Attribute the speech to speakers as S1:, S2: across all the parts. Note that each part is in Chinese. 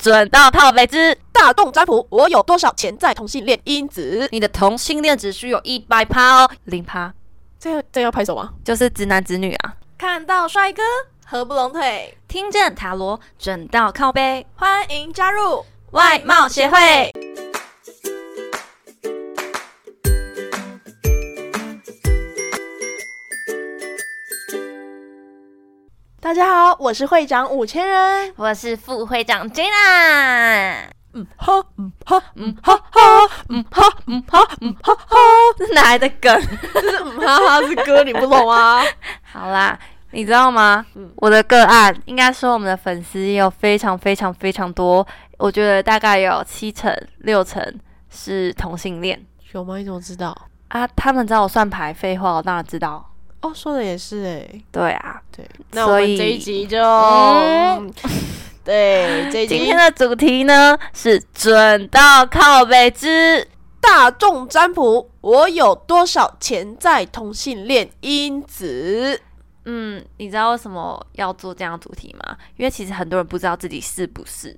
S1: 准到靠北之。
S2: 大众占卜，我有多少潜在同性恋因子？
S1: 你的同性恋只需有一百趴哦，零趴
S2: 这样这样要拍手吗？
S1: 就是直男直女啊。
S3: 看到帅哥合不拢腿，
S1: 听见塔罗，准到靠背，
S3: 欢迎加入
S1: 外貌协会。
S2: 大家好，我是会长五千人。
S1: 我是副会长 Jenna。
S2: 哈
S1: 嗯
S2: 嗯哈嗯哈哈，
S1: 嗯哈嗯哈嗯哈哈，这哪来的 梗？
S2: 这是嗯哈哈是歌，你不 懂啊？
S1: 好啦，你知道吗？
S2: 嗯
S1: 我的个案，应该说我们的粉丝也有非常非常非常多，我觉得大概有七成六成是同性恋
S2: 有吗？你怎么知道？
S1: 啊。他们找我算牌，废话我当然知道。
S2: 哦，说的也是哎、
S1: 对啊，
S2: 对，
S1: 那我们所以这一
S2: 集就，
S1: 嗯
S2: 对这一
S1: 今天的主题呢是准到靠北之。
S2: 大众占卜，我有多少潜在同性恋因子？
S1: 嗯，你知道为什么要做这样的主题吗？因为其实很多人不知道自己是不是。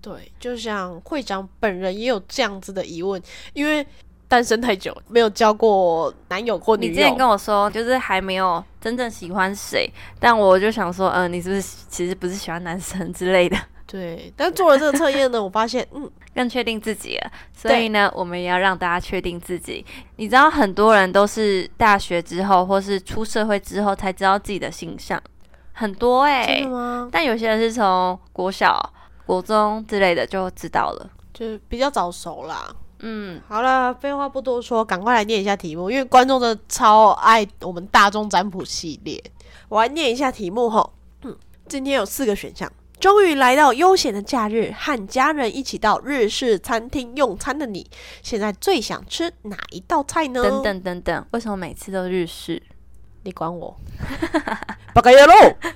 S2: 对，就像会长本人也有这样子的疑问，因为单身太久，没有交过男友或
S1: 你
S2: 女
S1: 之前
S2: 友。
S1: 跟我说，就是还没有真正喜欢谁，但我就想说，嗯、你是不是其实不是喜欢男生之类的，
S2: 对，但做了这个测 验呢，我发现，嗯，
S1: 更确定自己了。所
S2: 对
S1: 以呢，我们也要让大家确定自己。你知道，很多人都是大学之后或是出社会之后才知道自己的性向，很多哎、
S2: 真的吗？
S1: 但有些人是从国小、国中之类的就知道了。
S2: 就是比较早熟啦。
S1: 嗯，
S2: 好了，废话不多说，赶快来念一下题目，因为观众真的超爱我们大众占卜系列。我来念一下题目吼，嗯，今天有四个选项。终于来到悠闲的假日，和家人一起到日式餐厅用餐的你，现在最想吃哪一道菜呢？
S1: 等，等等等，为什么每次都日式？
S2: 你管 我？八个月喽，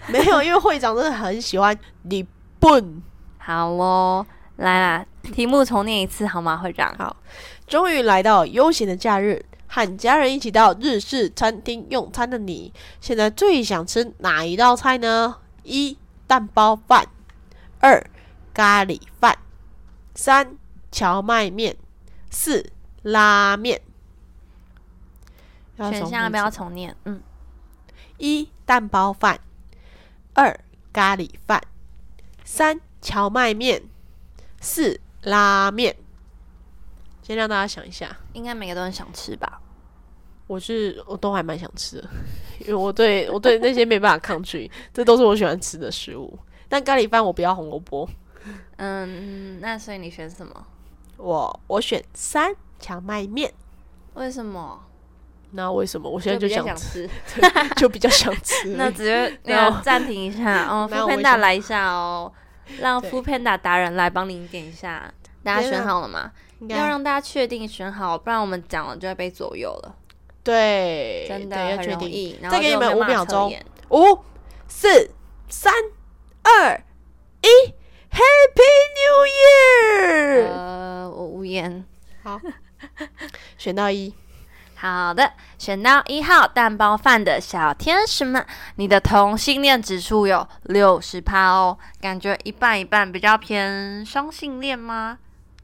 S2: 没有，因为会长真的很喜欢你笨。
S1: 好喽，来啦，题目重念一次好吗，会长？
S2: 好终于来到悠闲的假日，和家人一起到日式餐厅用餐的你，现在最想吃哪一道菜呢？一蛋包饭，二咖喱饭，三荞麦面，四拉面。要
S1: 选
S2: 从
S1: 项要
S2: 哪
S1: 不要
S2: 选
S1: 重念？嗯，
S2: 一蛋包饭，二咖喱饭，三荞麦面，四拉面。先让大家想一下。
S1: 应该每个都很想吃吧？
S2: 我是我都还蛮想吃的，因为我对我对那些没办法抗拒， 这都是我喜欢吃的食物。但咖喱饭我不要红萝卜，
S1: 嗯，那所以你选什么？
S2: 我我选三荞麦面。
S1: 为什么？
S2: 那为什么我现在
S1: 比较
S2: 想
S1: 想
S2: 吃，
S1: 吃。
S2: 就比较想吃？
S1: 那只是
S2: 那
S1: 那
S2: 我
S1: 暂停一下哦，
S2: 那
S1: 副
S2: 我
S1: 片
S2: 想
S1: 达来一下哦，让
S2: 对
S1: 副片达达人来帮您点一下。大家
S2: 对
S1: 选
S2: 啊
S1: 好了吗？
S2: 应
S1: 要
S2: 该
S1: 让大家确定选好，不然我们讲了就会被左右了，
S2: 对，
S1: 真
S2: 对
S1: 的
S2: 要
S1: 很
S2: 确
S1: 容
S2: 定。
S1: 易。然
S2: 再
S1: 后
S2: 给
S1: 就
S2: 你们
S1: 没
S2: 五
S1: 办法
S2: 秒
S1: 测
S2: 钟
S1: 验
S2: 五、四、三、二、一，Happy New Year！、
S1: 呃，我无言。
S2: 好，选到一，
S1: 好的，选到一号蛋包饭的小天使们，你的同性恋指数有六十趴哦，感觉一半一半，比较偏双性恋吗？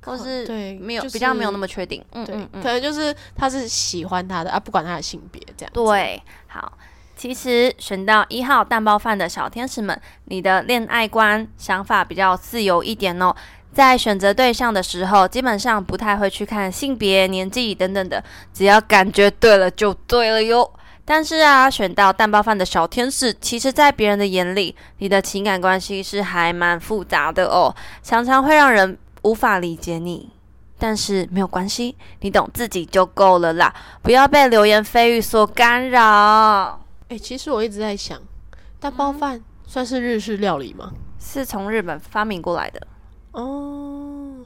S1: 或是
S2: 对
S1: 没有、
S2: 就是
S1: 比较没有那么确定？嗯
S2: 对，
S1: 嗯嗯
S2: 可，能就是他是喜欢他的啊，不管他的性别这样子。
S1: 对，好。其实选到一号蛋包饭的小天使们，你的恋爱观想法比较自由一点哦。在选择对象的时候，基本上不太会去看性别、年纪等等的，只要感觉对了就对了哟。但是啊，选到蛋包饭的小天使，其实，在别人的眼里，你的情感关系是还蛮复杂的哦，常常会让人无法理解你。但是没有关系，你懂自己就够了啦。不要被流言蜚语所干扰。
S2: 哎、其实我一直在想，蛋包
S1: 嗯
S2: 饭算是日式料理吗？
S1: 是从日本发明过来的，
S2: 哦，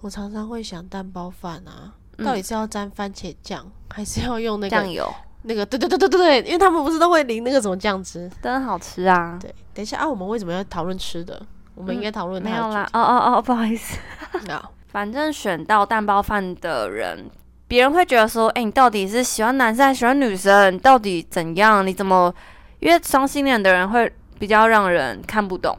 S2: 我常常会想蛋包饭啊，
S1: 嗯
S2: 到底是要沾番茄酱，还是要用那
S1: 酱
S2: 个
S1: 油
S2: 那个？对对对对对对，因为他们不是都会淋那个什么酱汁？
S1: 真好吃啊！
S2: 对，等一下啊，我们为什么要讨论吃的？我们应该讨论
S1: 没
S2: 它
S1: 有
S2: 的
S1: 啦，哦哦哦，不好意思。
S2: 主题。好
S1: 反正选到蛋包饭的人，别人会觉得说，哎、你到底是喜欢男生还是喜欢女生？你到底怎样？你怎么？因为双性恋的人会比较让人看不懂。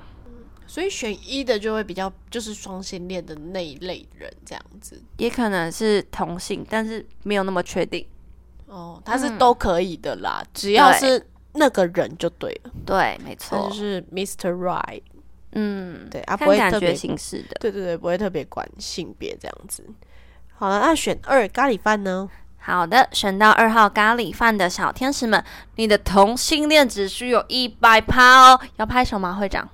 S2: 所以选一的就会比较就是双性恋的那一类人这样子。
S1: 也可能是同性，但是没有那么确定。
S2: 哦，他是都可以的啦，只要是那个人就对了。
S1: 对，没
S2: 他
S1: 错
S2: 就，是 Mr. Right，
S1: 嗯，
S2: 对，啊不
S1: 看
S2: 会
S1: 感
S2: 特
S1: 觉
S2: 别，
S1: 形式的。
S2: 对对对，不会特别管性别这样子。好了，那选二咖喱饭呢？
S1: 好的，选到二号咖喱饭的小天使们，你的同性恋指数有一百趴哦，要拍手吗，会长？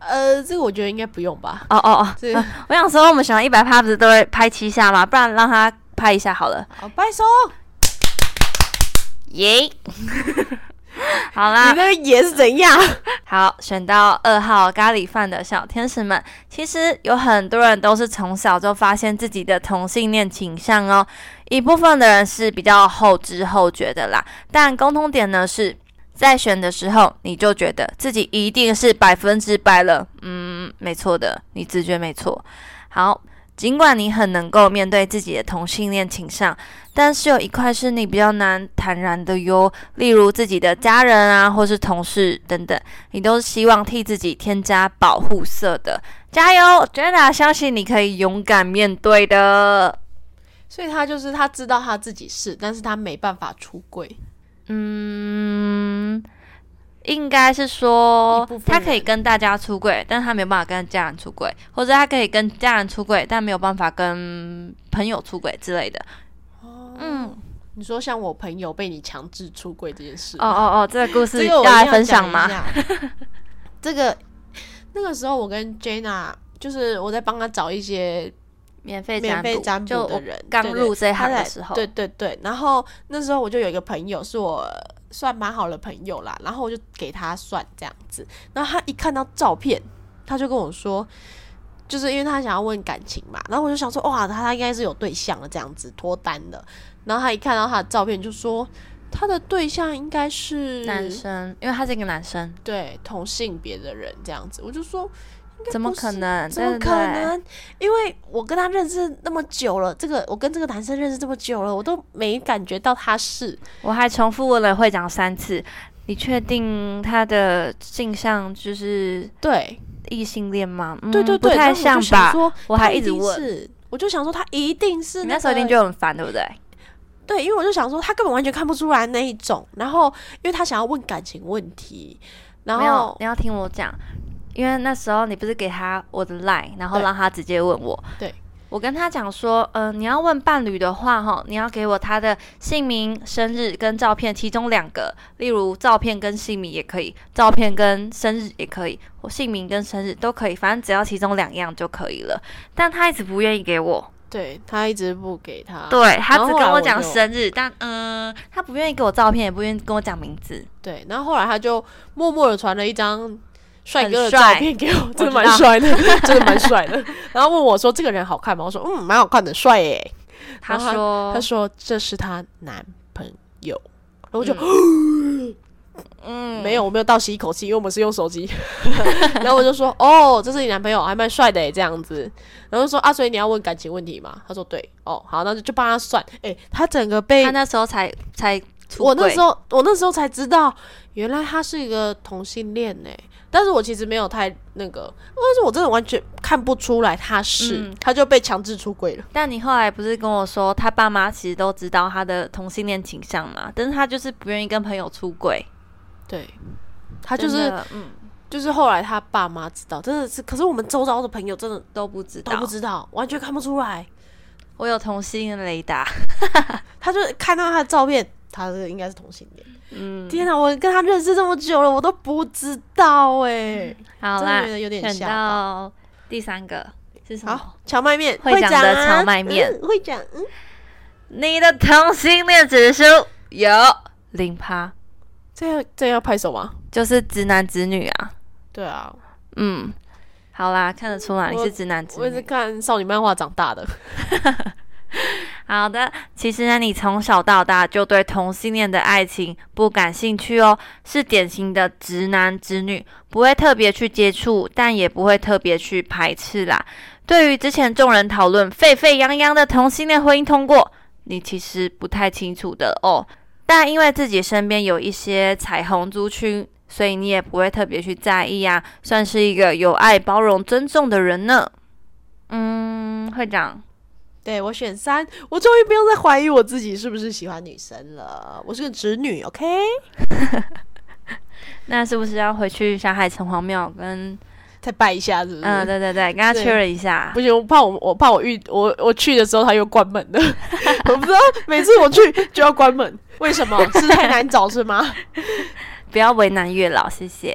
S2: 呃，这个我觉得应该不用吧。
S1: 哦哦哦，
S2: 这
S1: 我想说，我们选到一百趴不是都会拍七下吗？不然让他拍一下好了，
S2: 好，拜收。
S1: 耶、 好
S2: 啊你
S1: 啦，
S2: 那个也是怎样？
S1: 好，选到二号咖喱饭的小天使们，其实有很多人都是从小就发现自己的同性恋倾向哦。一部分的人是比较后知后觉的啦，但共通点呢是在选的时候，你就觉得自己一定是百分之百了。嗯，没错的，你直觉没错。好，尽管你很能够面对自己的同性恋倾向，但是有一块是你比较难坦然的哟，例如自己的家人啊，或是同事等等。你都是希望替自己添加保护色的。加油，Jenna，相信你可以勇敢面对的。
S2: 所以他就是他知道他自己是，但是他没办法出柜。
S1: 嗯，应该是说
S2: 一部分
S1: 他
S2: 人
S1: 可以跟大家出柜，但他没有办法跟家人出柜，或者他可以跟家人出柜，但没有办法跟朋友出轨之类的。嗯，
S2: 哦你说像我朋友被你强制出柜这件事
S1: 哦
S2: 吗，
S1: 哦哦，这个故事
S2: 这个
S1: 要
S2: 我一定
S1: 来分享
S2: 讲
S1: 吗
S2: 一？下？ 这个那个时候我跟 Jenna 就是我在帮他找一些
S1: 免费
S2: 免费占
S1: 就
S2: 卜
S1: 我
S2: 的人，
S1: 刚
S2: 对对
S1: 入这一
S2: 他
S1: 行的
S2: 在
S1: 时候，
S2: 对对对，然后那时候我就有一个朋友是我算蛮好的朋友啦，然后我就给他算这样子，然后他一看到照片，他就跟我说。就是因为他想要问感情嘛，然后我就想说，哇，他他应该是有对象了，这样子脱单了。然后他一看到他的照片，就说他的对象应该是
S1: 男生，因为他是一个男生，
S2: 对同性别的人这样子。我就说，
S1: 啊
S2: 应该
S1: 怎么
S2: 不是
S1: 可能？
S2: 怎么
S1: 对不
S2: 可
S1: 对
S2: 能？因为我跟他认识那么久了，这个我跟这个男生认识这么久了，我都没感觉到他是。
S1: 我还重复问了会长三次，你确定他的性向就是
S2: 对，
S1: 异性恋吗？嗯、
S2: 对对
S1: 不
S2: 对，
S1: 太
S2: 那我
S1: 像
S2: 就想
S1: 吧？
S2: 说
S1: 我
S2: 他
S1: 还一
S2: 一
S1: 直
S2: 定
S1: 问
S2: 是，我就想说他一定是、
S1: 你
S2: 那
S1: 那时候一定
S2: 个
S1: 就很烦，对不对？
S2: 对，因为我就想说他根本完全看不出来那一种。然后，因为他想要问感情问题，然
S1: 没有
S2: 后，
S1: 你要听我讲，因为那时候你不是给他我的 line，然后
S2: 对
S1: 让他直接问我。
S2: 对。
S1: 我跟他讲说，嗯、你要问伴侣的话，哈，你要给我他的姓名、生日跟照片，其中两个，例如照片跟姓名也可以，照片跟生日也可以，我姓名跟生日都可以，反正只要其中两样就可以了。但他一直不愿意给我，
S2: 对他一直不给他。
S1: 对他
S2: 啊然
S1: 只
S2: 后后
S1: 跟
S2: 来
S1: 我
S2: 我
S1: 讲
S2: 就
S1: 生日，但嗯，他不愿意给我照片，也不愿意跟我讲名字。
S2: 对，然后后来他就默默的传了一张帅
S1: 很
S2: 哥的照
S1: 帅
S2: 片给我，真的
S1: 知
S2: 蛮
S1: 道
S2: 帅的，真的蛮帅的。 然后问我说：“这个人好看吗？”我说：“嗯，蛮好看的，帅耶。
S1: 他
S2: 然后
S1: 说
S2: 他，说：“这是她男朋友。”然后我就、
S1: 嗯
S2: 没有，我没有倒吸一口气，因为我们是用 手机。然后我就说：“哦，这是你男朋友，还蛮帅的欸耶这样子。”然后就说：“啊，所以你要问感情问题吗？”他说：“对。”哦，好，那就就帮他算。诶，他整个被
S1: 他那时候才才出
S2: 我那时
S1: 候
S2: 候，我那时候才知道，原来他是一个同性恋呢、但是我其实没有太那个，但是我真的完全看不出来他是，
S1: 嗯
S2: 他就被强制出轨了。
S1: 但你后来不是跟我说，他爸妈其实都知道他的同性恋倾向嘛，但是他就是不愿意跟朋友出轨。
S2: 对，
S1: 他
S2: 他就是
S1: 嗯
S2: 就是后来他爸妈知道，真的是，可是我们周遭的朋友真的
S1: 都不知道，
S2: 都不知道，完全看不出来。
S1: 我有同性恋雷达，
S2: 他就看到他的照片，他这个应该是同性恋。
S1: 嗯，
S2: 天哪，我跟他认识这么久了，我都不知道哎、
S1: 好
S2: 真的
S1: 啦
S2: 觉，得有点
S1: 选
S2: 吓到。
S1: 到第三个是什么？
S2: 好，荞麦面
S1: 会长的
S2: 啊
S1: 荞麦面
S2: 嗯会长，嗯，
S1: 你的同性恋指数有零趴，
S2: 这要这要拍手吗？
S1: 就是直男直女啊。
S2: 对啊，
S1: 嗯，好啦，看得出来你
S2: 我
S1: 是直男直
S2: 我也是
S1: 女。
S2: 看少女漫画长大的。
S1: 好的，其实呢，你从小到大就对同性恋的爱情不感兴趣哦，是典型的直男直女，不会特别去接触，但也不会特别去排斥啦。对于之前众人讨论沸沸扬扬的同性恋婚姻通过，你其实不太清楚的哦。但因为自己身边有一些彩虹族群，所以你也不会特别去在意啊，算是一个有爱、包容、尊重的人呢。嗯，会长，
S2: 对我选三，我终于不用再怀疑我自己是不是喜欢女生了。我是个直女，OK？
S1: 那是不是要回去霞海城隍庙跟
S2: 再拜一下，是不是？
S1: 嗯，对对对，跟他
S2: 对
S1: 确认一下
S2: 不。行，我怕我我怕我遇我我去的时候他又关门了， 我不知道每次我去就要关门，为什么？是太难找是吗？
S1: 不要为难月老，谢谢。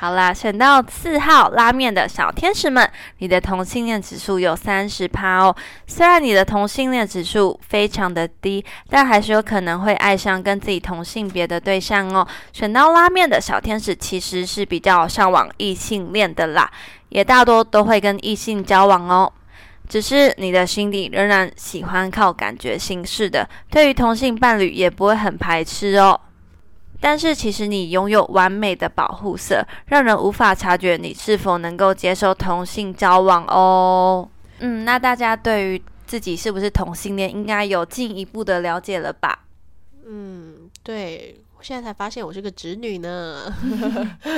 S1: 好啦，选到四号拉面的小天使们，你的同性恋指数有三十趴哦。虽然你的同性恋指数非常的低，但还是有可能会爱上跟自己同性别的对象哦。选到拉面的小天使其实是比较向往异性恋的啦，也大多都会跟异性交往哦。只是你的心里仍然喜欢靠感觉行事的，对于同性伴侣也不会很排斥哦。但是其实你拥有完美的保护色，让人无法察觉你是否能够接受同性交往哦。嗯，那大家对于自己是不是同性恋，应该有进一步的了解了吧？
S2: 嗯，对，我现在才发现我是个直女呢。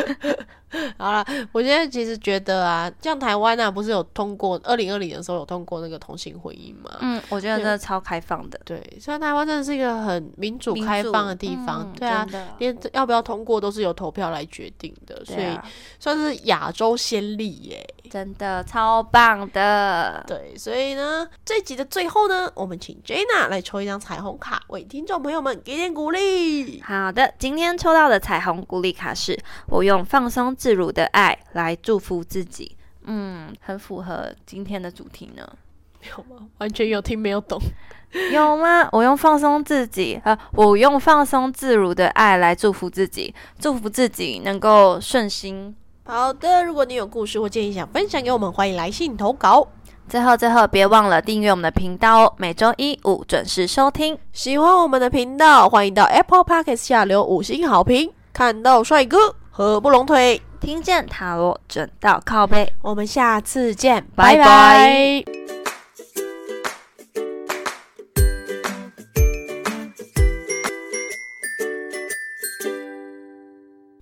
S2: 好了，我现在其实觉得啊，像台湾啊，不是有通过二零二零的时候有通过那个同性婚姻吗？
S1: 嗯，我觉得
S2: 对
S1: 这超开放的，
S2: 对，虽然台湾真的是一个很民主
S1: 民
S2: 开
S1: 主
S2: 放的地方，
S1: 嗯
S2: 对啊，
S1: 真的
S2: 连要不要通过都是由投票来决定的，所
S1: 对
S2: 以
S1: 啊，
S2: 算是亚洲先例耶。
S1: 真的超棒的。
S2: 对，所以呢，这集的最后呢，我们请 Jana 来抽一张彩虹卡，为听众朋友们给点鼓励。
S1: 好的，今天抽到的彩虹鼓励卡是我用放松自如的爱来祝福自己。嗯，很符合今天的主题呢。
S2: 完全有听没有懂，
S1: 有吗？我用放松自己，呃，我用放松自如的爱来祝福自己，祝福自己能够顺心。
S2: 好的，如果你有故事或建议想分享给我们，欢迎来信投稿。
S1: 最后，最后别忘了订阅我们的频道哦，每周一五准时收听。
S2: 喜欢我们的频道，欢迎到 Apple Podcast 下留五星好评。看到帅哥，合不拢腿。
S1: 听见塔罗准到靠背。
S2: 我们下次见，
S1: 拜
S2: 拜
S1: 拜
S2: 拜